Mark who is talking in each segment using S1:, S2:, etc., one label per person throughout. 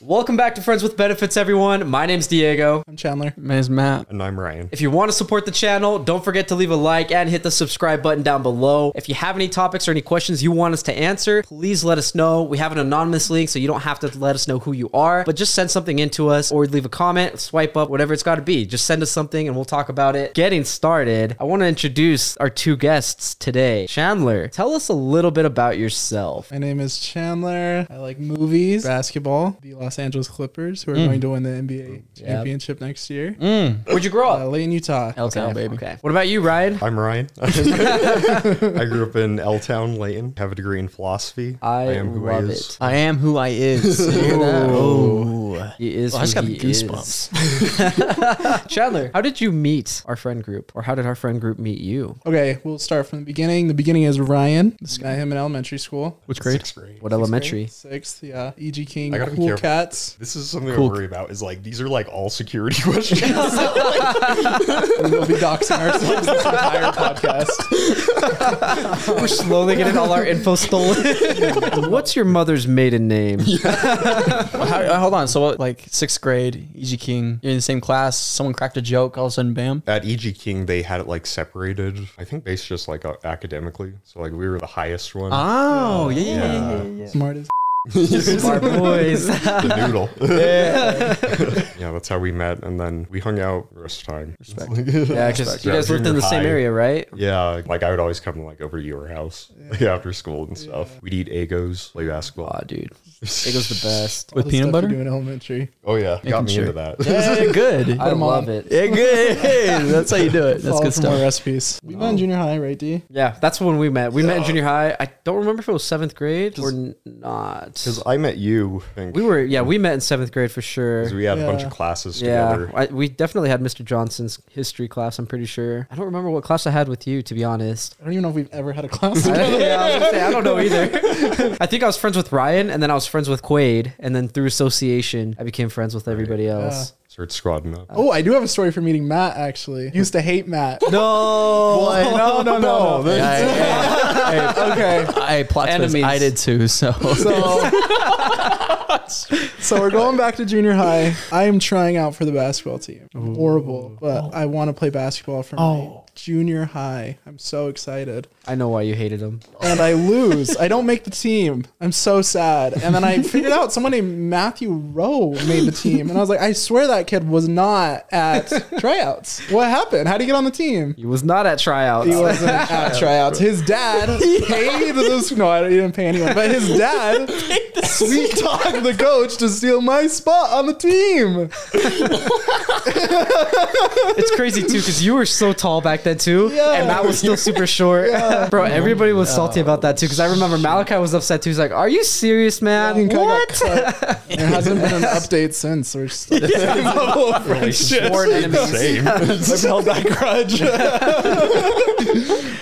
S1: Welcome back to Friends with Benefits, everyone. My name's Diego.
S2: I'm Chandler.
S3: My name's Matt.
S4: And I'm Ryan.
S1: If you want to support the channel, don't forget to leave a like and hit the subscribe button down below. If you have any topics or any questions you want us to answer, please let us know. We have an anonymous link, so you don't have to let us know who you are, but just send something in to us or leave a comment, swipe up, whatever it's got to be. Just send us something and we'll talk about it. Getting started, I want to introduce our two guests today. Chandler, tell us a little bit about yourself.
S2: My name is Chandler. I like movies, basketball, the Los Angeles Clippers, who are
S3: Mm.
S2: going to win the NBA championship next year.
S1: Where'd you grow
S2: Uh,
S1: up?
S2: Lane, Utah.
S1: Okay,
S3: baby.
S1: Okay. What about you, Ryan?
S4: I'm Ryan. I grew up in L Town, Layton. Have a degree in philosophy.
S1: I
S4: who
S1: love
S4: is.
S1: it.
S3: I am who I is. You hear that? Ooh.
S1: He is.
S3: Oh, I
S1: who
S3: just got
S1: he is.
S3: goosebumps.
S1: Chandler, how did you meet our friend group, or how did our friend group meet you?
S2: Okay, we'll start from the beginning. The beginning is Ryan. This guy, him in elementary school.
S3: Which grade?
S4: Sixth grade.
S1: What
S3: Oh,
S1: elementary?
S2: Sixth, yeah. E.G. King,
S4: I gotta be
S2: Cool
S4: careful.
S2: Cats.
S4: This is something
S3: Cool.
S4: I worry about. Is like these are like all security questions.
S2: We'll be doxing ourselves this entire podcast.
S1: We're slowly getting all our info stolen. What's your mother's maiden name?
S3: Well, how- uh, hold on. So, what, like sixth grade, EG King, you're in the same class. Someone cracked a joke. All of a sudden, bam.
S4: At EG King, they had it like separated. I think based just like uh, academically. So like we were the highest one.
S1: Ah.
S3: Oh, yeah, yeah, yeah. yeah,
S4: Yeah.
S3: yeah,
S2: Smart as
S1: Smart boys.
S4: The noodle. yeah, that's how we met, and then we hung out the rest of the time.
S1: Yeah, because you guys lived in the same
S4: Junior high.
S1: area, right?
S4: Yeah, like I would always come like over to your house like, after school and stuff. We'd eat egos, play basketball.
S1: Aw, dude, it was the best.
S3: With
S2: the
S3: peanut
S2: stuff
S3: butter?
S2: you do in elementary.
S4: Oh yeah, got me
S3: sure.
S4: into that.
S3: Yeah, good. Yeah,
S1: I
S2: them
S1: love
S2: on.
S1: it.
S3: good. Hey, that's how you do it. That's
S2: Follow
S3: good
S2: for more
S3: stuff. Oh.
S2: recipes. We went in junior high, right, D?
S1: Yeah, that's when we met. We met in junior high. I don't remember if it was seventh grade or n- not.
S4: Because I met you. I think,
S1: We were, yeah, we met in seventh grade for sure.
S4: 'cause we had a bunch
S2: Yeah.
S4: of classes
S1: Yeah,
S4: together.
S1: I, we definitely had Mr. Johnson's history class. I'm pretty sure. I don't remember what class I had with you, to be honest.
S2: I don't even know if we've ever had a class.
S1: I,
S2: together.
S1: yeah, I was gonna say, I don't know either. I think I was friends with Ryan, and then I was friends with Quaid, and then through association, I became friends with everybody else.
S4: Started squadding up.
S2: oh, I do have a story for meeting Matt, actually. Used to hate Matt.
S1: No,
S2: no, no, no, no.
S3: Yeah, hey, hey, hey.
S2: Okay.
S3: I plot twist.
S1: Enemies.
S3: I did too. So,
S2: So, so we're going back to junior high. I am trying out for the basketball team. Horrible, but I want to play basketball for my junior high. I'm so excited.
S1: I know why you hated him.
S2: And I lose. I don't make the team. I'm so sad. And then I figured out someone named Matthew Rowe made the team. And I was like, I swear that kid was not at tryouts. What happened? How do you get on the team?
S1: He was not at tryouts.
S2: He wasn't at tryouts. His dad paid this. No, I he didn't pay anyone, but his dad sweet talked the coach to steal my spot on the team.
S1: It's crazy too, because you were so tall back then too,
S2: Yeah.
S1: and Matt was still super short, bro. Everybody was salty about that too, because I remember Malachi was upset too. He's like, "Are you serious,
S2: I think
S1: man?
S2: I got
S1: What?"
S2: cut. There hasn't been an update since. We're still
S1: Sworn enemies.
S4: Same.
S2: I've held that grudge.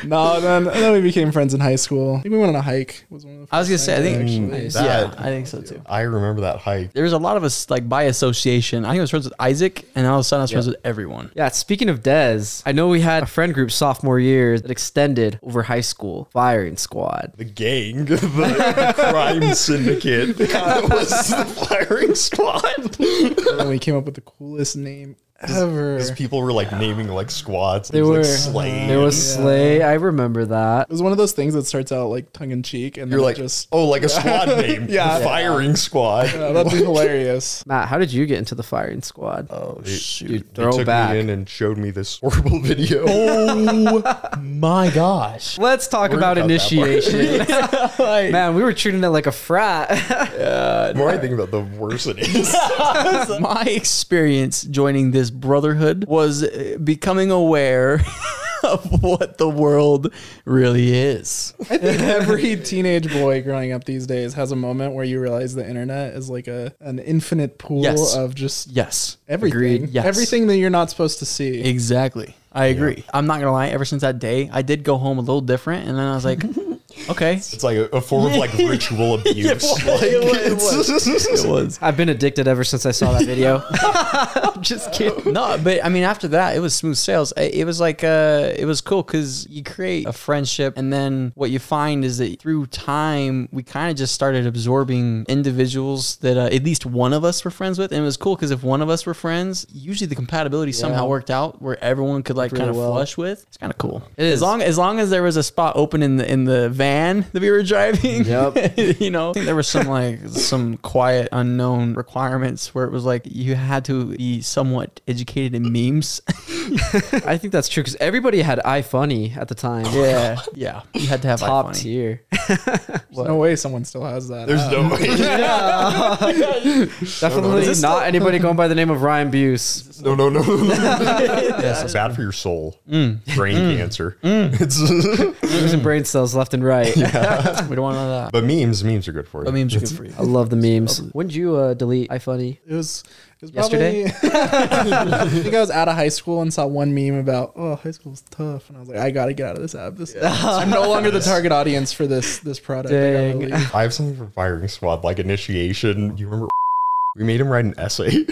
S2: no, then, then we became friends in high school. I think we went on a hike. Was one of the
S3: I was gonna
S2: first
S3: say, I
S2: hikes,
S3: think,
S2: actually.
S4: That-
S3: yeah, I think so too.
S4: I remember that hike.
S3: there was a lot of us like by association. I think I was friends with Isaac, and all of a sudden I was friends with everyone.
S1: Yeah, speaking of Dez, I know we had a friend group sophomore year that extended over high school firing squad.
S4: The gang, the, the crime syndicate. That was the firing squad.
S2: And we came up with the coolest name ever.
S4: Because people were like naming like squads.
S1: They
S4: There was
S1: were
S4: like Slade.
S1: there was Slay. I remember that.
S2: It was one of those things that starts out like tongue in cheek, and
S4: You're
S2: then it
S4: like,
S2: just
S4: oh, like a squad name.
S2: Yeah.
S4: The firing squad.
S2: Yeah, that'd be hilarious.
S1: Matt, how did you get into the firing squad?
S3: Oh shoot!
S1: Dude,
S4: They took
S1: throwback.
S4: me in and showed me this horrible video.
S3: Oh my gosh!
S1: Let's talk
S4: We're
S1: about
S4: not that far.
S1: initiation.
S3: Like,
S1: Man, we were treating it like a frat.
S4: the more I think about it, the worse it is.
S3: my experience joining this brotherhood was uh, becoming aware of what the world really is.
S2: I think every teenage boy growing up these days has a moment where you realize the internet is like a an infinite pool
S3: Yes.
S2: of just
S3: Yes,
S2: everything,
S1: Agreed,
S3: yes.
S2: everything that you're not supposed to see.
S3: exactly. I agree. I'm not gonna lie. Ever since that day, I did go home a little different, and then I was like, Okay.
S4: It's like a, a form of like ritual abuse. Like,
S3: It was.
S1: I've been addicted ever since I saw that video. I'm just kidding.
S3: No, but I mean, after that, it was smooth sales. I- It was like, uh, it was cool because you create a friendship, and then what you find is that through time, we kind of just started absorbing individuals that uh, at least one of us were friends with, and it was cool because if one of us were friends, usually the compatibility somehow worked out where everyone could like
S2: Really
S3: kind of
S2: well.
S3: flush with. It's kind of cool.
S1: It is.
S3: As long as long as there was a spot open in the in the van that we were driving.
S1: Yep.
S3: you know, I think there were some like some quiet unknown requirements where it was like you had to be somewhat educated in memes.
S1: I think that's true because everybody had iFunny at the time.
S3: yeah, yeah, you had to have
S1: Top
S3: iFunny.
S1: tier.
S2: There's no way someone still has that. Uh,
S4: There's no way.
S1: Definitely not anybody going by the name of Ryan Buse.
S4: No, no, no. It's bad for your soul. Brain cancer. It's
S1: Losing brain cells left and right.
S3: We don't want none of that.
S4: but memes, memes are good for you.
S3: But memes are good for you.
S1: I love the memes. When did you uh, delete iFunny?
S2: It was, it was
S1: Yesterday?
S2: Probably, I think I was out of high school and saw one meme about, oh, high school's tough, and I was like, I gotta get out of this app. This, I'm no longer the target audience for this this product. I gotta
S1: Dang.
S2: leave.
S4: I have something for firing squad, like initiation. You remember? We made him write an essay.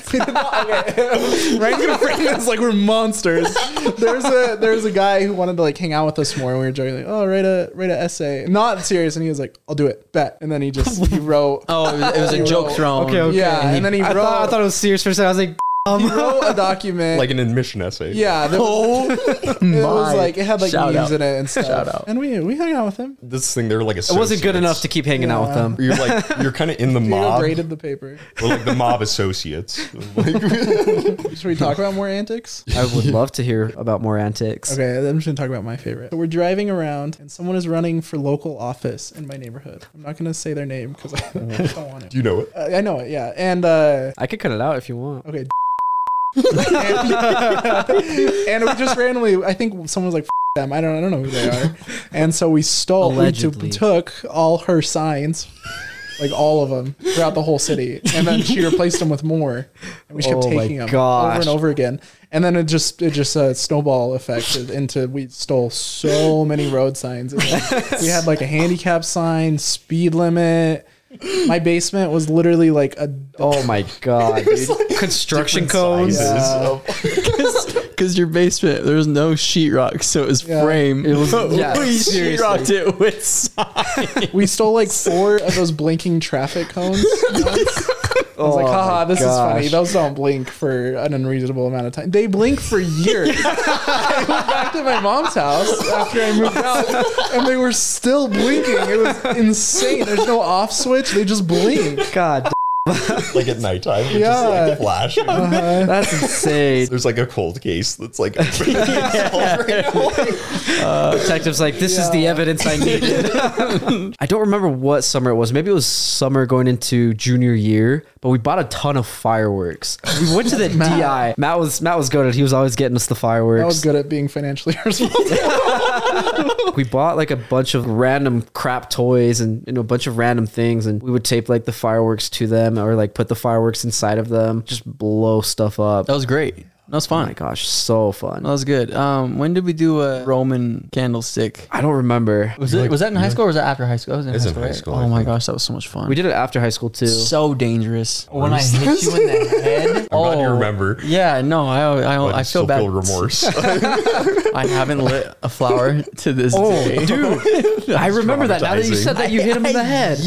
S2: Right in front of us, like we're monsters. There's a there's a guy who wanted to like hang out with us more, and we were joking like, oh, write a write a essay, not serious, and he was like, I'll do it, bet, and then he just he wrote.
S3: Oh, it was, it was a joke thrown.
S1: Okay, okay.
S2: Yeah, and then he
S1: I
S2: wrote,
S1: thought, I thought it was serious for a second. I was like,
S3: Um,
S2: he wrote a document.
S4: like an admission essay.
S2: yeah, that was- it was like it had like
S3: oh Shout
S2: memes
S3: out.
S2: in it and stuff.
S3: Shout out.
S2: And we we hung out with him.
S4: This thing, they're like
S1: it wasn't good enough to
S4: associates.
S1: keep hanging out with
S2: Yeah.
S1: them.
S4: You're like you're kind of in the
S2: Mob.
S4: mob,
S2: graded the paper.
S4: or like the mob associates. Like,
S2: Should we talk about more antics?
S1: I would love to hear about more antics.
S2: Okay, I'm just gonna talk about my favorite. So we're driving around, and someone is running for local office in my neighborhood. I'm not gonna say their name because I don't want
S4: do
S2: it.
S4: you know it?
S2: Uh, I know it, yeah. And uh,
S1: I could cut it out if you want.
S2: okay. and, and we just randomly, I think someone was like, F- them. I don't, I don't know who they are. And so we stole, we t-
S1: Allegedly.
S2: took all her signs, like all of them throughout the whole city, and then she replaced them with more. And we just
S1: Oh
S2: kept
S1: my
S2: taking them over
S1: gosh.
S2: and over again. And then it just, it just uh, snowball affected into we stole so many road signs. And then we had like a handicap sign, speed limit. My basement was literally like a
S1: Oh my god, dude. construction codes.
S4: sizes.
S2: Yeah.
S3: Because your basement, there was no sheetrock, so it was
S2: Yeah.
S3: frame. It was
S1: yeah,
S3: we
S1: seriously.
S3: sheetrocked it with signs.
S2: We stole like four of those blinking traffic cones. I was
S1: Oh
S2: like, haha,
S1: my
S2: this
S1: gosh.
S2: is funny. Those don't blink for an unreasonable amount of time. They blink for years. I went back to my mom's house after I moved out, and they were still blinking. It was insane. There's no off switch. They just blink.
S1: God,
S4: like at nighttime, yeah. just
S2: Yeah.
S4: like flashing.
S1: that's insane.
S4: There's like a cold case that's like yeah.
S1: Detective's like, this is the
S2: Yeah.
S1: evidence I needed. I don't remember what summer it was. Maybe it was summer going into junior year, but we bought a ton of fireworks. We went to the DI. Matt was Matt was good. He was always getting us the fireworks.
S2: I was good at being financially responsible.
S1: We bought like a bunch of random crap toys and you know, a bunch of random things, and we would tape like the fireworks to them or like put the fireworks inside of them, just blow stuff up.
S3: that was great. That was
S1: Oh
S3: fun.
S1: my gosh, so
S3: That
S1: fun.
S3: was good. Um, when did we do a Roman candlestick?
S1: I don't remember.
S3: Was it was that in high school or was that after high school? That was in
S4: It's
S3: high
S4: in
S3: school.
S4: high
S3: right?
S4: school,
S3: Oh
S4: I
S3: my
S4: think.
S3: gosh, that was so much fun.
S1: We did it after high school too.
S3: so dangerous. When I hit you in the head, I'm
S4: glad you remember.
S3: Yeah, no, I I,
S4: But
S3: Oh. I
S4: you
S3: feel
S4: still
S3: bad.
S4: feel remorse.
S3: I haven't lit a flower to this day.
S1: Oh, dude! I remember that. Now that you
S4: traumatizing.
S1: said that, you hit him in the head.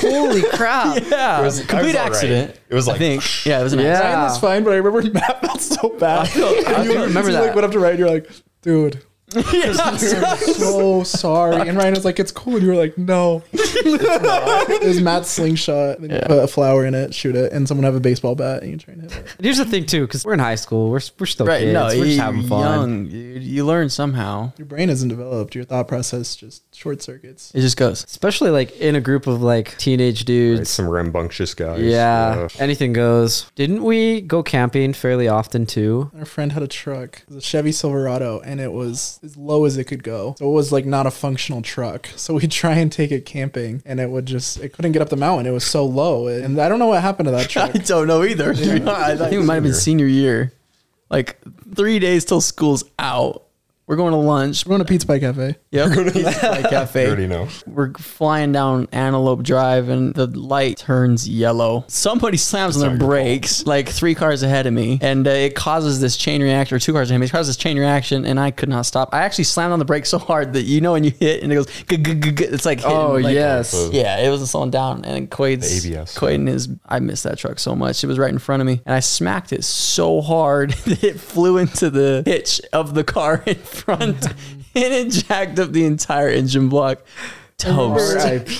S1: Holy crap!
S4: was- I
S3: Yeah,
S4: was
S3: complete
S4: alright.
S3: accident.
S4: It was
S3: I
S4: like-
S3: think. Yeah, it was an
S1: Yeah.
S3: accident.
S2: Ryan was fine, but I remember Matt felt so bad.
S1: I
S2: you
S1: do remember
S2: you,
S1: that.
S2: Like went up to Ryan, you're like, dude. I'm so sorry. And Ryan was like, it's cool. And you were like, no. it was Matt's slingshot. Then you put a flower in it, shoot it, and someone have a baseball bat and you try and hit it.
S1: And here's the thing too, because we're in high school, we're we're still
S3: Right,
S1: kids,
S3: no,
S1: we're
S3: you,
S1: just having fun.
S3: young. You, you learn somehow.
S2: Your brain isn't developed. Your thought process just short circuits.
S3: It just goes.
S1: Especially like in a group of like teenage dudes.
S4: Some rambunctious guys. uh,
S1: Yeah, anything goes. Didn't we go camping fairly often too?
S2: Our friend had a truck, it was a Chevy Silverado, and it was as low as it could go. So it was like not a functional truck. So we'd try and take it camping, and it would just, it couldn't get up the mountain. It was so low. And I don't know what happened to that truck.
S3: don't know either. I think it might have been senior year. Like three days till school's out. We're going to lunch.
S2: We're going to Pizza Pie Cafe.
S3: Yep. Pizza Pie
S4: You
S3: Cafe.
S4: already know.
S3: We're flying down Antelope Drive and the light turns yellow. Somebody slams on their
S4: not your
S3: brakes like three cars ahead of me and uh, it causes this chain reaction or two cars ahead of me. It causes this chain reaction and I could not stop. I actually slammed on the brakes so hard that you know when you hit and it goes g-g-g-g, it's like hitting,
S1: Oh,
S3: like,
S1: yes.
S4: uh,
S3: yeah, it wasn't slowing down. And Quaid's
S4: The ABS.
S3: Quaid and his I missed that truck so much. It was right in front of me. And I smacked it so hard that it flew into the hitch of the car in front and it jacked up the entire engine block. Toast.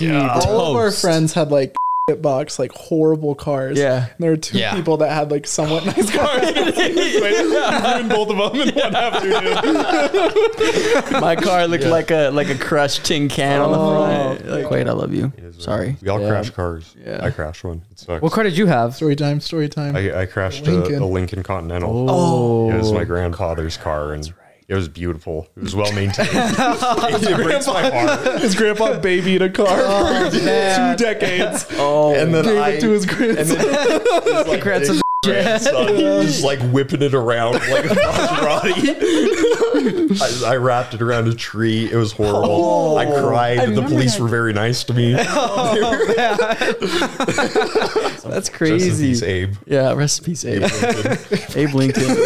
S2: All of our
S3: Toast.
S2: friends had like box like horrible cars.
S3: Yeah.
S2: And there were two
S3: Yeah.
S2: people that had like somewhat nice cars.
S4: Ruined both of them in one afternoon.
S3: My car looked like a like a crushed tin can on the front. Like, Quaid, I love you. Sorry.
S4: We all crash cars.
S3: Yeah.
S4: I crashed one. It sucks.
S1: What car did you have?
S2: story time, story time.
S4: I, I crashed
S2: Lincoln.
S4: A, a Lincoln Continental.
S1: Oh,
S4: It was my grandfather's car, and it was beautiful. It was well maintained. it breaks my heart.
S2: his grandpa babied a car for
S1: man.
S2: two decades.
S3: Oh,
S4: And then
S2: Gave
S4: I,
S2: it to his grandson.
S4: his, like,
S1: Congrats
S4: big grandson, just like whipping it around like a Maserati. I, I wrapped it around a tree. It was horrible. I
S2: Oh.
S4: cried. the police were very nice to me.
S3: that's
S4: Just in peace,
S3: crazy.
S4: Abe.
S3: Yeah, rest in peace, Abe. Abe Lincoln.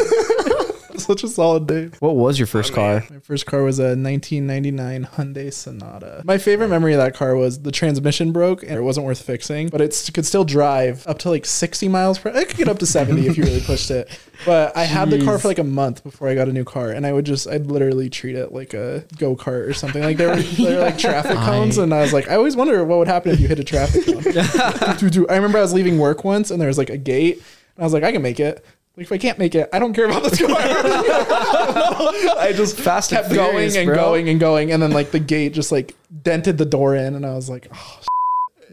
S2: Such a solid day.
S1: What was your first car?
S2: My first car was a 1999 Hyundai Sonata. My favorite memory of that car was the transmission broke and it wasn't worth fixing, but it could still drive up to like 60 miles per. It could get up to 70 if you really pushed it. But I had the car for like a month before I got a new car, and I would just I'd literally treat it like a go kart or something. Like there were, there were like traffic cones, and I was like, I always wonder what would happen if you hit a traffic cone. Do, do, do. I remember I was leaving work once, and there was like a gate, and I was like, I can make it. Like if I can't make it, I don't care about this car. I just
S1: Fast and
S2: kept
S1: Furious,
S2: going and
S1: bro.
S2: going and going, and then like the gate just like dented the door in, and I was like, oh. shit."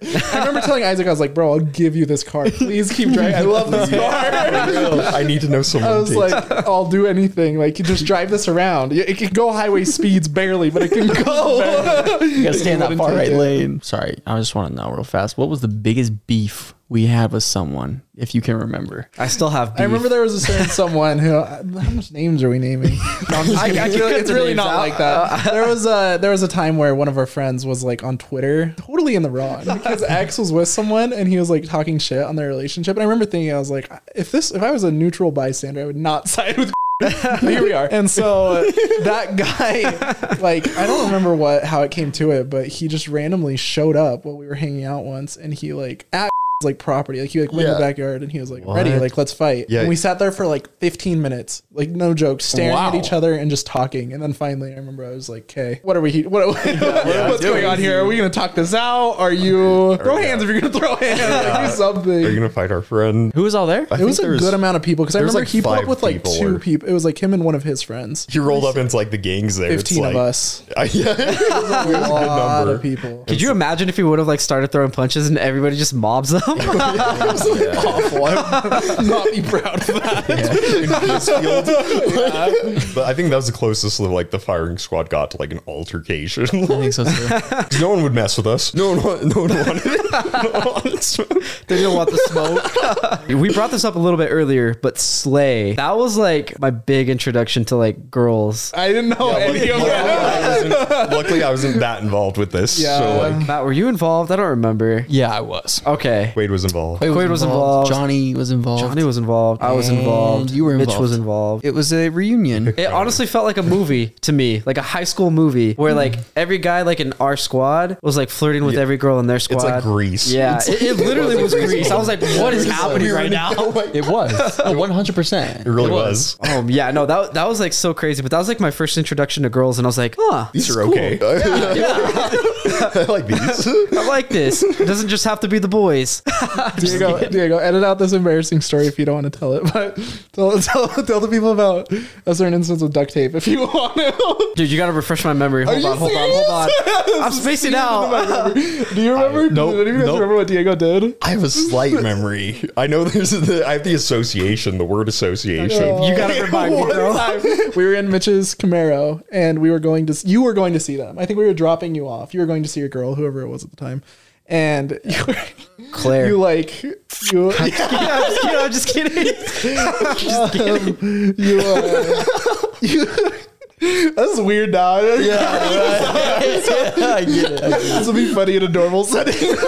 S2: I remember telling Isaac, I was like, "Bro, I'll give you this car. Please keep driving. I love this car."
S4: I need to know someone.
S2: I was
S4: takes-
S2: like, "I'll do anything. Like, you just drive this around. It it can go highway speeds barely, but it can go."
S3: You gotta stay in that
S2: Wouldn't
S3: far
S2: take
S3: right
S2: it.
S3: lane. Sorry, I just want to know real fast. What was the biggest beef we had with someone, if you can remember?
S1: I still have. Beef.
S2: I remember there was a certain someone who. uh, How much names are we naming? No, I'm just kidding. I, I feel like it's really not like that. There was a there was a time where one of our friends was like on Twitter, totally in the wrong, because X was with someone and he was like talking shit on their relationship. And I remember thinking, I was like, if this, if I was a neutral bystander, I would not side with. But Here we are. And so uh, that guy, like, I don't remember what how it came to it, but he just randomly showed up while we were hanging out once, and he like at like property, like he like went in the
S3: Yeah.
S2: backyard, and he was like, "Ready,
S3: What?
S2: like let's fight."
S4: Yeah.
S2: And we sat there for like 15 minutes, like no joke, staring at
S3: Wow.
S2: each other and just talking. And then finally, I remember I was like, "Okay, what are we? What, what's going on here? Are we gonna talk this out? Are you throw hands if you're gonna throw hands? Like, do something."
S4: Are you gonna fight our friend?
S3: Who was all there?
S2: it was a good amount of people because I
S4: there was,
S2: remember
S4: like,
S2: he put up
S4: five
S2: with like
S4: people
S2: two
S4: or-
S2: people. It was like him and one of his friends.
S4: He rolled up into like the gangs there. It's
S2: 15
S4: like,
S2: of us.
S4: yeah, it was a
S2: A lot
S4: number.
S2: of people.
S1: Could you imagine if he would have like started throwing punches and everybody just mobs them?
S2: Awful. I would not be proud of that.
S4: But I think that was the closest that like the firing squad got to like an altercation.
S3: I think so too.
S4: 'Cause no one would mess with us. No one, wa- no one wanted. no one wanted to-
S1: they didn't want the smoke. we brought this up a little bit earlier, but Slay. That was like my big introduction to like girls.
S2: I didn't know any of
S4: luckily,
S2: that.
S4: I wasn't, luckily, I wasn't that involved with this. So like,
S1: Matt, were you involved? I don't remember.
S3: Yeah, I was.
S1: Okay.
S4: Wade was involved.
S1: Quaid was involved.
S3: Johnny was involved.
S1: Johnny was involved. I was involved.
S3: And you were
S1: Mitch
S3: involved.
S1: was involved.
S3: It was a reunion.
S1: It honestly felt like a movie to me, like a high school movie where like every guy like in our squad was like flirting with every girl in their squad.
S4: It's like Grease.
S1: Yeah, it, it literally was Grease. I was like, what is happening right now?
S3: It was. One hundred percent.
S4: It really was.
S1: Um, yeah, no, that that was like so crazy, but that was like my first introduction to girls, and I was like, huh,
S4: These
S1: this
S4: are
S1: is cool.
S4: okay. I like these.
S1: I like this. It doesn't just have to be the boys.
S2: Diego, Diego, edit out this embarrassing story if you don't want to tell it. But tell, tell, tell the people about a certain instance with duct tape if you want to.
S1: Dude, you gotta refresh my memory. Hold
S2: you
S1: on, hold on, hold on. I'm spacing out.
S2: Do you remember?
S4: nope,
S2: do you guys
S4: nope.
S2: remember what Diego did?
S4: I have a slight memory. I know there's the I have the association, the word association.
S1: You gotta remind me,
S2: One
S1: bro.
S2: time, we were in Mitch's Camaro and we were going to you were going to see them. I think we were dropping you off. You were going to see your girl, whoever it was at the time. And you, were-
S1: Claire.
S2: you like you
S1: yeah, I'm just kidding. I'm just kidding.
S2: you uh, you This is weird now.
S3: I get it.
S2: this will be funny in a normal setting.
S4: it's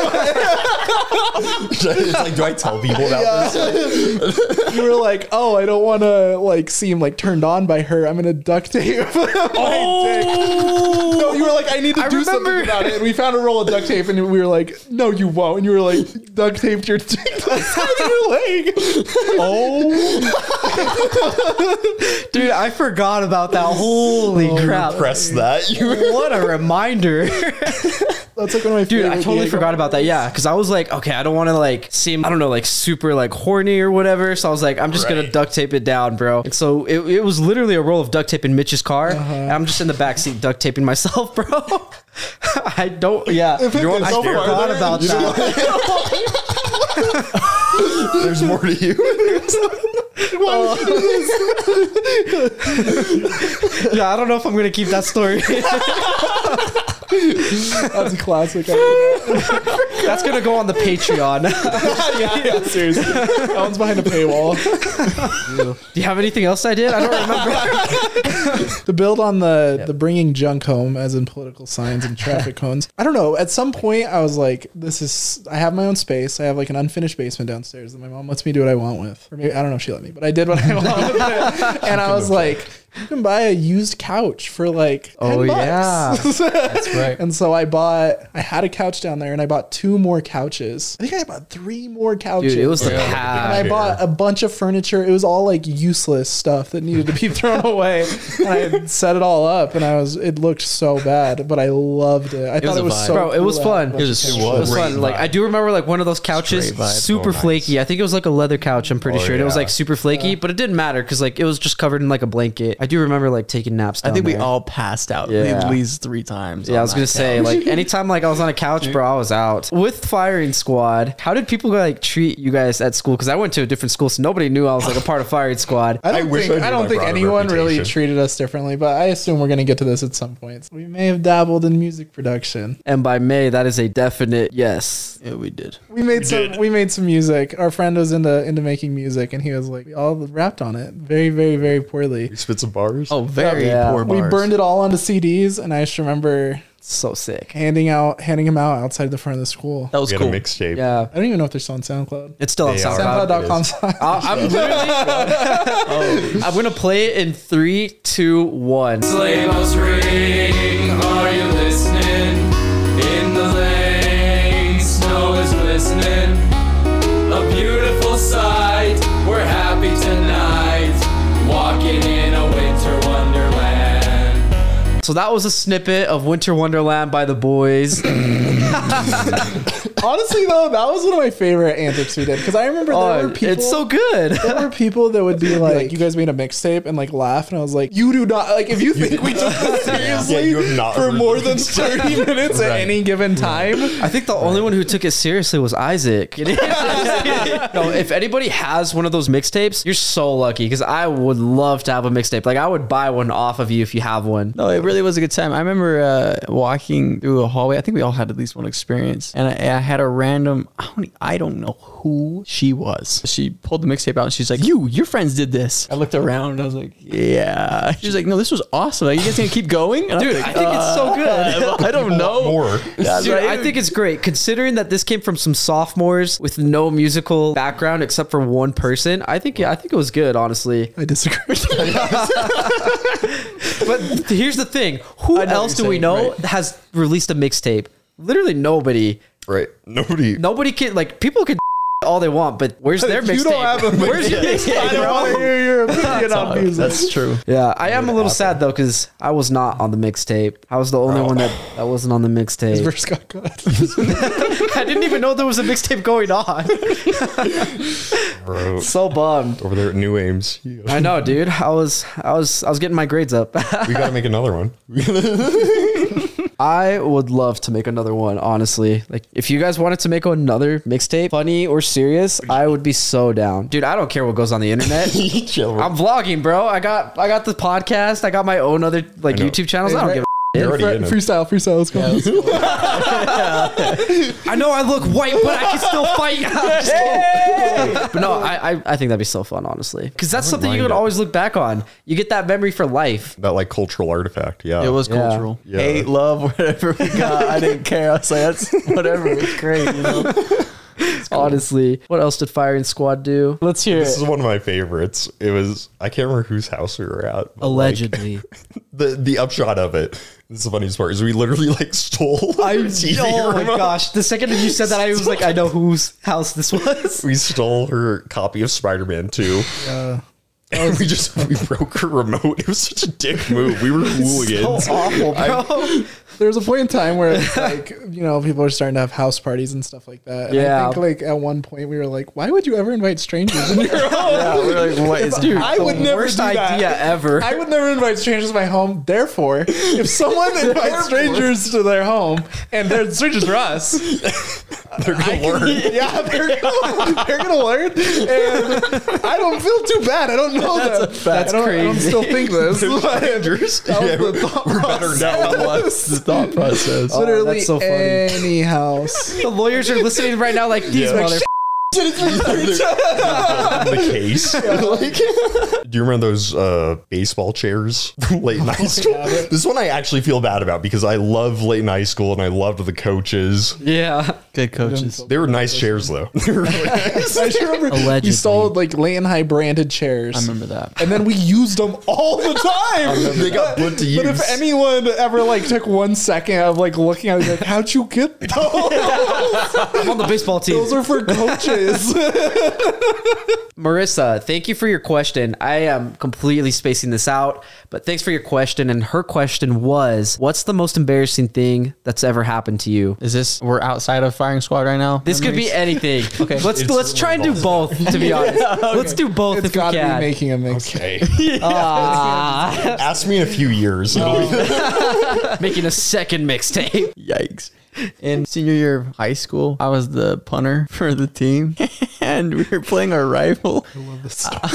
S4: like, do I tell people about this?
S2: you were like, oh, I don't want to like seem like turned on by her. I'm gonna duct tape. oh. No, you were like, I need to do something about it. And we found a roll of duct tape, and we were like, no, you won't. And you were like, duct taped your dick to the side of your leg.
S1: Dude, I forgot about that. Holy crap.
S4: Press that. You
S1: What a reminder.
S2: That's like one of my
S1: Dude,
S2: favorite.
S1: I totally
S2: gay
S1: forgot about that. Yeah, because I was like, okay, I don't want to like seem, I don't know, like super like horny or whatever. So I was like, I'm just gonna
S4: Right.
S1: duct tape it down, bro. And so it, it was literally a roll of duct tape in Mitch's car,
S2: Uh-huh.
S1: and I'm just in the back seat duct taping myself, bro. I don't. Yeah,
S2: it
S1: I
S2: gets over
S1: forgot
S2: there,
S1: about
S4: you
S1: that.
S4: There's more to you.
S1: Yeah, I don't know if I'm gonna keep that story.
S2: That's a classic. yeah,
S1: That's gonna go on the Patreon.
S2: yeah, seriously. That one's behind a paywall.
S1: Do you have anything else I did? I don't remember.
S2: to build on the the bringing junk home as in political signs and traffic cones i don't know at some point i was like this is i have my own space i have like an unfinished basement downstairs that my mom lets me do what i want with or maybe i don't know if she let me but i did what i wanted with it. and i was like you can buy a used couch for like
S3: Oh,
S2: 10 bucks.
S3: yeah. That's right.
S2: And so I bought, I had a couch down there and I bought two more couches. I think I bought three more couches.
S1: Dude, it was the
S4: Yeah.
S2: And I
S1: past.
S2: bought a bunch of furniture. It was all like useless stuff that needed to be thrown away. And I set it all up, and I was it looked so bad, but I loved it. I thought
S3: was
S2: it
S3: a
S2: was
S3: vibe.
S2: so.
S1: Bro, it was
S2: cool
S1: fun.
S2: how
S1: It
S2: much
S3: was a
S2: it
S1: It was fun. Like I do remember like one of those couches,
S3: Straight vibe.
S1: super
S4: Oh, nice.
S1: flaky. I think it was like a leather couch. I'm pretty
S4: Oh,
S1: sure. And It was
S4: yeah.
S1: like super flaky, but it didn't matter because like it was just covered in like a blanket. I do remember like taking naps.
S3: I
S1: down
S3: think we
S1: there.
S3: all passed out
S1: Yeah.
S3: at least three times.
S1: Yeah,
S3: on
S1: I was
S3: that
S1: gonna say
S3: couch.
S1: like anytime like I was on a couch, bro, I was out with firing squad. How did people like treat you guys at school? Because I went to a different school, so nobody knew I was like a part of firing squad.
S2: I don't
S4: I wish
S2: think,
S4: I knew
S2: I don't
S4: my
S2: think
S4: broader
S2: anyone really
S4: reputation.
S2: treated us differently, but I assume we're going to get to this at some point. We may have dabbled in music production.
S1: And by May, that is a definite yes.
S3: Yeah, we did.
S2: We made some
S4: did.
S2: we made some music. Our friend was into into making music and he was like we all rapped on it very very very poorly.
S4: You spit some bars.
S3: Oh, very
S1: Yeah.
S3: poor
S2: We
S3: bars.
S2: burned it all onto CDs and I just remember
S1: So sick.
S2: handing out handing them out outside the front of the school.
S3: That
S4: we
S3: was
S4: had
S3: cool.
S4: a mixtape.
S1: Yeah,
S2: I don't even know if they're still on SoundCloud.
S1: it's still on
S4: They are.
S1: SoundCloud.
S2: SoundCloud.com.
S1: I- Uh, I'm
S2: Oh.
S1: literally- I'm gonna play it in three, two, one.
S5: Labels ring, are you listening? In the lane, snow is glistening. A beautiful sight, we're happy tonight. Walking in a winter wonderland.
S1: So that was a snippet of Winter Wonderland by the boys.
S2: Honestly, though, that was one of my favorite antics we did because I remember there
S1: Oh,
S2: were people.
S1: it's so good.
S2: there were people that would be like, "You guys made a mixtape," and like laugh, and I was like, "You do not like if you think we took this seriously
S4: Yeah, you have not
S2: for
S4: heard
S2: more
S4: this.
S2: than thirty minutes at
S4: Right.
S2: any given time."
S1: I think the only one who took it seriously was Isaac. no, if anybody has one of those mixtapes, you're so lucky because I would love to have a mixtape. Like I would buy one off of you if you have one.
S3: No, it really was a good time. I remember uh, walking through a hallway. I think we all had at least one experience, and I, I had a random. I don't, e, I don't know who she was. She pulled the mixtape out and she's like, "You, your friends did this." I looked around. and I was like, "Yeah." She was like, "No, this was awesome. Are you guys gonna keep going?" And
S1: Dude,
S3: I'm
S1: I
S3: like,
S1: think it's so good.
S3: "Uh, I don't know.
S4: More.
S3: That's
S1: Dude,
S3: right.
S1: I think it's great considering that this came from some sophomores with no musical background except for one person. I think I think it was good, honestly.
S2: I disagree.
S1: But here's the thing: who
S3: know what
S1: else do
S3: you're
S1: we
S3: saying,
S1: know
S3: right.
S1: has released a mixtape? Literally nobody.
S4: Right. Nobody.
S1: Nobody can like people can all they want, but where's their mixtape?
S2: you don't have a
S1: Where's your
S2: mixtape. I
S1: mixtape,
S2: don't want to
S1: bro?
S2: hear your opinion on music.
S3: That's true.
S1: Yeah, I am a little sad though because I was not on the mixtape. I was the only one that, that wasn't on the mixtape.
S2: Verse got cut.
S1: I didn't even know there was a mixtape going on.
S4: Bro.
S1: So bummed.
S4: Over there at New Ames. You
S1: I know, dude. I was I was I was getting my grades up.
S4: We gotta make another one.
S1: I would love to make another one, honestly. Like, if you guys wanted to make another mixtape, funny or serious, I would be so down, dude. I don't care what goes on the internet.
S4: Chill.
S1: I'm vlogging, bro. I got I got the podcast. I got my own other like
S4: I know.
S1: YouTube channels. I don't give.
S4: You're already in it.
S2: freestyle, freestyle. Let's go.
S1: A I know I look white, but I can still fight. I'm just kidding. but no, I, I I think that'd be so fun, honestly, because that's something you
S4: mind
S1: could
S4: it.
S1: always look back on. You get that memory for life.
S4: That like cultural artifact. Yeah.
S3: It was cultural.
S4: Yeah.
S3: Hate, love, whatever we got. I didn't care. I was like, that's whatever. It's great, you know?
S1: Honestly, what else did firing squad do?
S3: Let's hear
S4: This is one of my favorites. It was I can't remember whose house we were at. but, like,
S1: Allegedly,
S4: the the upshot of it. This is the funniest part is we literally like stole I, her TV
S1: oh my
S4: remote.
S1: gosh! The second you said that, I was like, I know whose house this was.
S4: We stole her copy of Spider Man Two. and we just we broke her remote. It was such a dick move. We were hooligans.
S1: awful, bro.
S2: There's a point in time where it's like you know people are starting to have house parties and stuff like that. And
S1: Yeah.
S2: I think like at one point we were like, why would you ever invite strangers in your home?
S3: We're like, what is
S2: Dude, I would
S1: The
S2: never
S1: worst
S2: do that.
S1: idea ever.
S2: I would never invite strangers to my home. Therefore, if someone invites strangers to their home and they're strangers for us,
S4: They're gonna learn.
S2: yeah, they're gonna, they're gonna learn. And I don't feel too bad. I don't know that's them.
S1: that's
S2: I don't, I don't
S1: crazy.
S2: still think this.
S4: Strangers.
S2: That was
S4: Yeah,
S2: the
S4: we're,
S2: thought
S4: we're better now.
S3: What's the thought process?
S2: Literally
S1: Oh, so funny.
S2: any house.
S1: The lawyers are listening right now, like these
S4: Yeah. Like,
S1: mother.
S4: the case. Like, do you remember those uh, baseball chairs from late in high school? This one I actually feel bad about because I love late in high school and I loved the coaches.
S1: Yeah,
S3: Good coaches.
S4: They were nice chairs though. They were really nice.
S2: I just remember
S3: Allegedly.
S2: you sold like Lane High branded chairs.
S3: I remember that.
S2: and then we used them all the time.
S4: They got put to use.
S2: But if anyone ever like took one second of like looking at it, like, how'd you get those?
S1: I'm on the baseball team.
S2: those are for coaches.
S1: Marissa, thank you for your question. I am completely spacing this out, but thanks for your question. And her question was, "What's the most embarrassing thing that's ever happened to you?"
S3: Is this, we're outside of firing squad right now?
S1: This could be anything. okay, let's
S4: It's
S1: let's try and do
S4: certainly
S1: both. To be honest, let's do both
S2: it's
S1: if we
S2: gotta be
S1: can.
S2: making a mix.
S4: okay.
S1: Ah,
S4: Ask me in a few years.
S1: making a second mixtape.
S3: Yikes. In senior year of high school, I was the punter for the team, and we were playing our rival. I love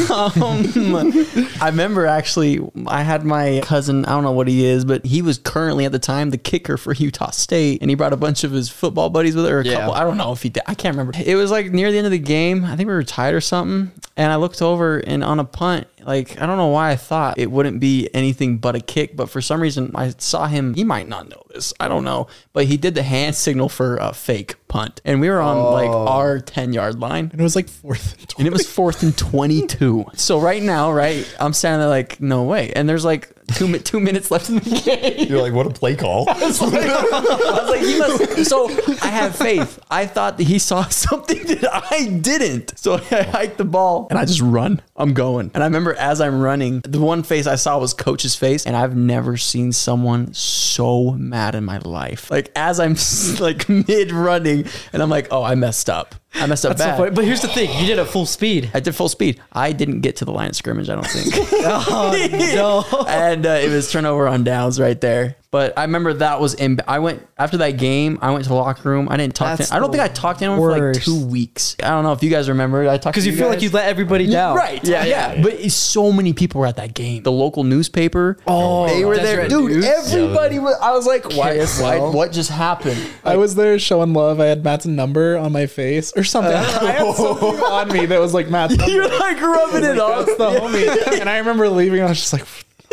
S3: this um, I remember actually, I had my cousin, I don't know what he is, but he was currently at the time the kicker for Utah State, and he brought a bunch of his football buddies with it, or a
S1: Yeah.
S3: couple. I don't know if he did. I can't remember. It was like near the end of the game. I think we were tied or something, and I looked over, and on a punt, like, I don't know why I thought it wouldn't be anything but a kick, but for some reason, I saw him. He might not know this. I don't know. But he did the hand signal for a fake punt. And we were on like our 10 yard line.
S2: And it was like fourth and
S3: And it was fourth and 22. So right now, right, I'm standing there like, no way. And there's like two, mi- two minutes left in the game.
S4: You're like, what a play call.
S3: I was like, he must. So I have faith. I thought that he saw something that I didn't. So I hiked the ball and I just run. I'm going. And I remember as I'm running, the one face I saw was coach's face. And I've never seen someone so mad in my life. Like as I'm like mid running and I'm like, oh, I messed up. I messed up
S1: So
S3: bad.
S1: funny. But here's the thing: you did it full speed.
S3: I did full speed. I didn't get to the line of scrimmage, I don't think.
S1: Oh, No.
S3: and uh, it was turnover on downs right there. But I remember that was in. I went after that game. I went to the locker room. I didn't talk.
S1: That's
S3: to I don't
S1: the
S3: think I talked to anyone for like
S1: worst.
S3: two weeks. I don't know if you guys remember. I talked
S1: Because
S3: to
S1: you feel like
S3: guys.
S1: you let everybody down.
S3: Right. Yeah, yeah. But it's so many people were at that game. The local newspaper.
S1: Oh,
S3: they were
S1: that's
S3: there,
S1: right,
S3: dude.
S1: dude.
S3: Everybody was. I was like, why? why
S2: well.
S3: what just happened?
S2: I was there showing love. I had Matt's number on my face or something. I had something on me that was like Matt's number.
S3: You're like rubbing it off.
S2: That's the homie. And I remember leaving. I was just like,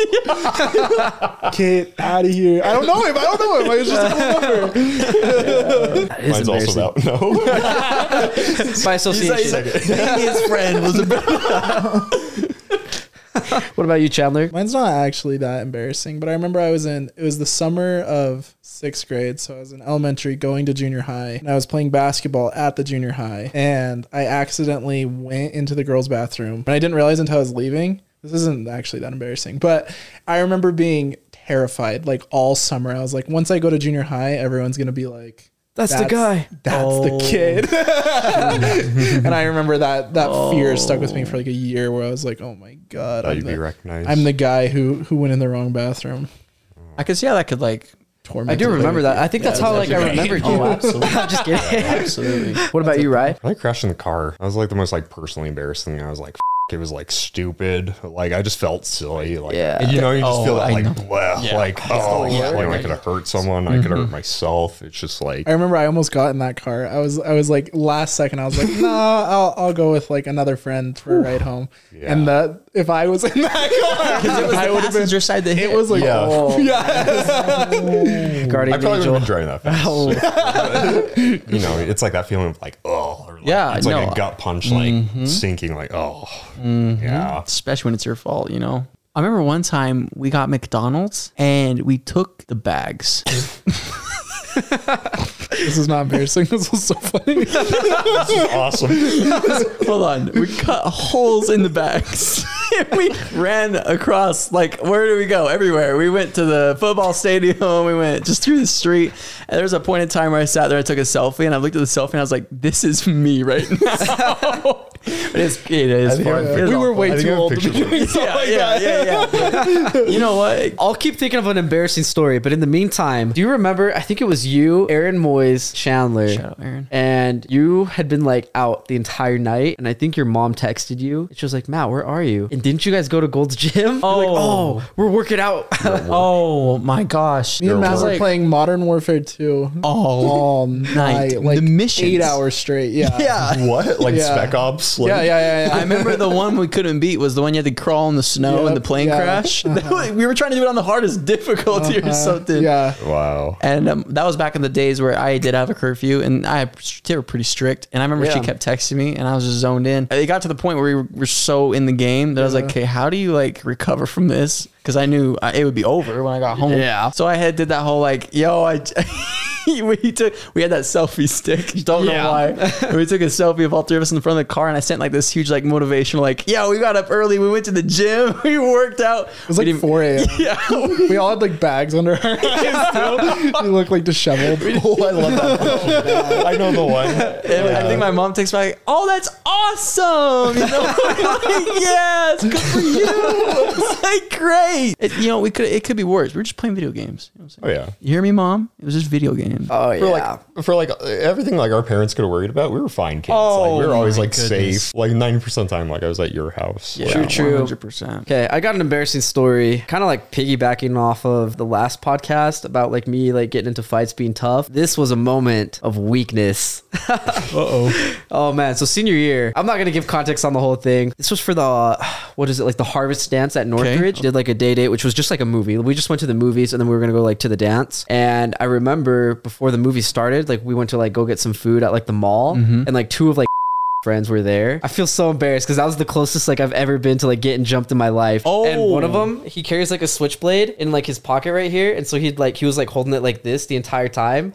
S2: get out of here. I don't know him. I don't know him. I was just like, whatever.
S1: That is
S4: Mine's also
S1: embarrassing.
S4: out. No.
S1: By association.
S3: his friend was a
S1: What about you, Chandler?
S2: Mine's not actually that embarrassing, but I remember I was in, it was the summer of sixth grade. So I was in elementary going to junior high, and I was playing basketball at the junior high. And I accidentally went into the girls' bathroom, and I didn't realize until I was leaving. This isn't actually that embarrassing, but I remember being terrified like all summer. I was like, once I go to junior high, everyone's going to be like,
S1: That's the guy."
S2: That's
S3: Oh.
S2: the kid. and I remember that that fear stuck with me for like a year where I was like, oh my God.
S4: Thought
S2: I'm
S4: you'd be
S2: the-
S4: recognized.
S2: I'm the guy who who went in the wrong bathroom.
S3: I could see how that could like.
S1: I do remember that. I think that's how like I remembered you. I'm just kidding.
S3: Absolutely.
S1: What about you, Ryan?
S4: I crashed in the car. I was like the most like personally embarrassing. thing. I was like, "F- It was like stupid. Like I just felt silly. Like
S3: Yeah.
S4: and, you know, you just
S3: Oh,
S4: feel that
S3: I
S4: like
S3: know.
S4: bleh, like oh,
S3: yeah,
S4: like
S3: yeah.
S4: I could have hurt someone. I could hurt myself. It's just like
S2: I remember I almost got in that car. I was I was like last second. I was like, no, I'll I'll go with like another friend for a ride home.
S4: Yeah.
S2: And that if I was in that car,
S3: It was
S2: I
S3: the
S2: would have been.
S3: passenger side that hit.
S2: It was like
S4: Yeah.
S2: oh yeah.
S4: I
S1: Guardian
S4: probably would
S1: Angel.
S4: have been driving that fast. you know, it's like that feeling of like oh, or, like,
S3: Yeah,
S4: it's like
S3: no.
S4: a gut punch, like sinking, like oh, yeah.
S3: especially when it's your fault, you know. I remember one time we got McDonald's and we took the bags.
S2: this is not embarrassing. This was so funny.
S4: This is awesome.
S3: Hold on, we cut holes in the bags. and we ran across like where do we go? Everywhere. We went to the football stadium. We went just through the street. And there was a point in time where I sat there, I took a selfie, and I looked at the selfie, and I was like, "This is me right now." but it's it is fun. It is
S2: we were
S3: awful.
S4: I
S2: way
S4: think
S2: too
S4: I have
S2: old to be
S4: pictures of
S2: doing something
S3: yeah,
S2: like
S3: yeah,
S2: that.
S3: yeah, yeah, you know what?
S1: I'll keep thinking of an embarrassing story, but in the meantime, do you remember? I think it was you, Aaron Moyes, Chandler.
S3: Shout out, Aaron.
S1: And you had been like out the entire night, and I think your mom texted you. She was like, "Matt, where are you?" And didn't you guys go to Gold's Gym? Oh, like,
S3: Oh.
S1: oh we're working out.
S3: Oh my gosh!
S2: Me and Matt were
S3: Like-
S2: playing Modern Warfare 2 all night, like
S3: The missions.
S2: eight hours straight. Yeah,
S3: Yeah.
S4: What like
S2: Yeah.
S4: Spec Ops? Like,
S2: yeah, yeah, yeah. yeah.
S3: I remember the one we couldn't beat was the one you had to crawl in the snow and the
S2: Yep,
S3: plane
S2: yeah. Uh-huh.
S3: crash. we were trying to do it on the hardest difficulty or something.
S2: yeah.
S4: Wow.
S3: And um, that was back in the days where I did have a curfew and I they were pretty strict. And I remember she
S2: Yeah.
S3: kept texting me and I was just zoned in. It got to the point where we were, were so in the game that I was like, okay, how do you like recover from this? Because I knew I, it would be over when I got home.
S1: Yeah.
S3: So I had did that whole like, yo, I. We took we had that selfie stick. Don't
S1: Yeah.
S3: know why. And we took a selfie of all three of us in the front of the car, and I sent like this huge like motivational like, "Yo, we got up early. We went to the gym. We worked out.
S2: It was like 4 a.m.
S3: yeah,
S2: We all had like bags under our eyes. Too. We looked like disheveled.
S4: Oh, I love that. I know the one.
S3: And I think my mom takes back, oh, that's awesome. You know, like, yes, good for you. It's like great. It, you know, we could it could be worse. We're just playing video games. You, know what I'm
S4: Oh
S3: saying?
S4: yeah.
S3: You hear me, mom? It was just video games.
S1: oh yeah.
S4: For like for like everything like our parents could have worried about, we were fine kids. like we
S3: Oh,
S4: were always
S3: my
S4: like
S3: goodness.
S4: safe. Like ninety percent of the time, like I was at your house. Like,
S1: True, true.
S3: 100%.
S1: Okay, I got an embarrassing story, kind of like piggybacking off of the last podcast about like me like getting into fights being tough. This was a moment of weakness. uh oh. Oh man, so senior year, I'm not gonna give context on the whole thing. This was for the uh, what is it like the harvest dance at Northridge? Did like a day date, which was just like a movie. We just went to the movies and then we were gonna go like to the dance. And I remember before the movie started, like we went to like go get some food at like the mall, and like two of like friends were there. I feel so embarrassed because that was the closest like I've ever been to like getting jumped in my life.
S3: Oh.
S1: and one of them he carries like a switchblade in like his pocket right here, and so he'd like he was like holding it like this the entire time,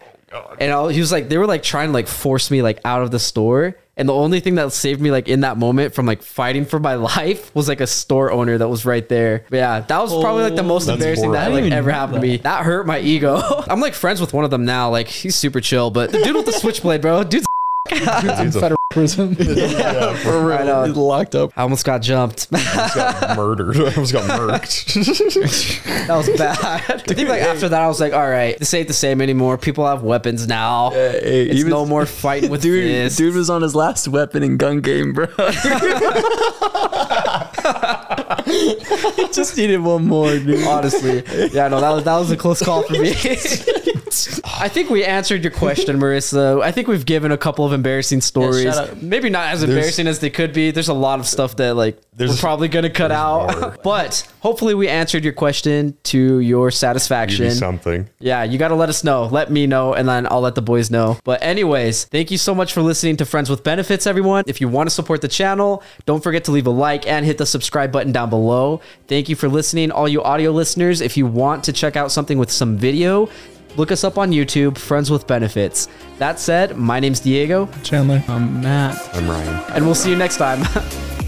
S1: and I, he was like they were like trying to like force me like out of the store. And the only thing that saved me like in that moment from like fighting for my life was like a store owner that was right there. But yeah, that was probably like the most
S4: That's
S1: embarrassing that
S4: horrible.
S1: like
S3: I
S1: ever
S3: didn't
S1: happened to me. That hurt my ego. I'm like friends with one of them now. Like he's super chill, but the dude with the switchblade, bro, dude's
S4: dudes
S2: Federal prison.
S4: yeah, for real.
S1: I know.
S3: It's locked up.
S1: I almost got jumped.
S4: I got murdered. I almost got murked.
S1: That was bad. I think like after that, I was like, all right, this ain't the same anymore. People have weapons now.
S3: hey,
S1: it's
S3: he was-
S1: no more fighting with
S3: Dude,
S1: dudes.
S3: dude was on his last weapon and gun game, bro. he just needed one more, dude.
S1: Honestly, yeah, no, that was that was a close call for me. I think we answered your question, Marissa. I think we've given a couple of embarrassing stories.
S3: up.
S1: Maybe not as embarrassing as they could be. There's a lot of stuff that like we're
S4: There's-
S1: probably gonna cut out.
S4: more.
S1: but hopefully, we answered your question to your
S4: Give me
S1: satisfaction.
S4: something.
S1: Yeah, you got to let us know. Let me know, and then I'll let the boys know. But, anyways, thank you so much for listening to Friends with Benefits, everyone. If you want to support the channel, don't forget to leave a like and hit the subscribe button down below. Thank you for listening, all you audio listeners. If you want to check out something with some video, look us up on YouTube, Friends with Benefits. That said, my name's Diego,
S2: Chandler.
S3: I'm Um, Matt.
S4: I'm Ryan.
S1: and we'll see you next time.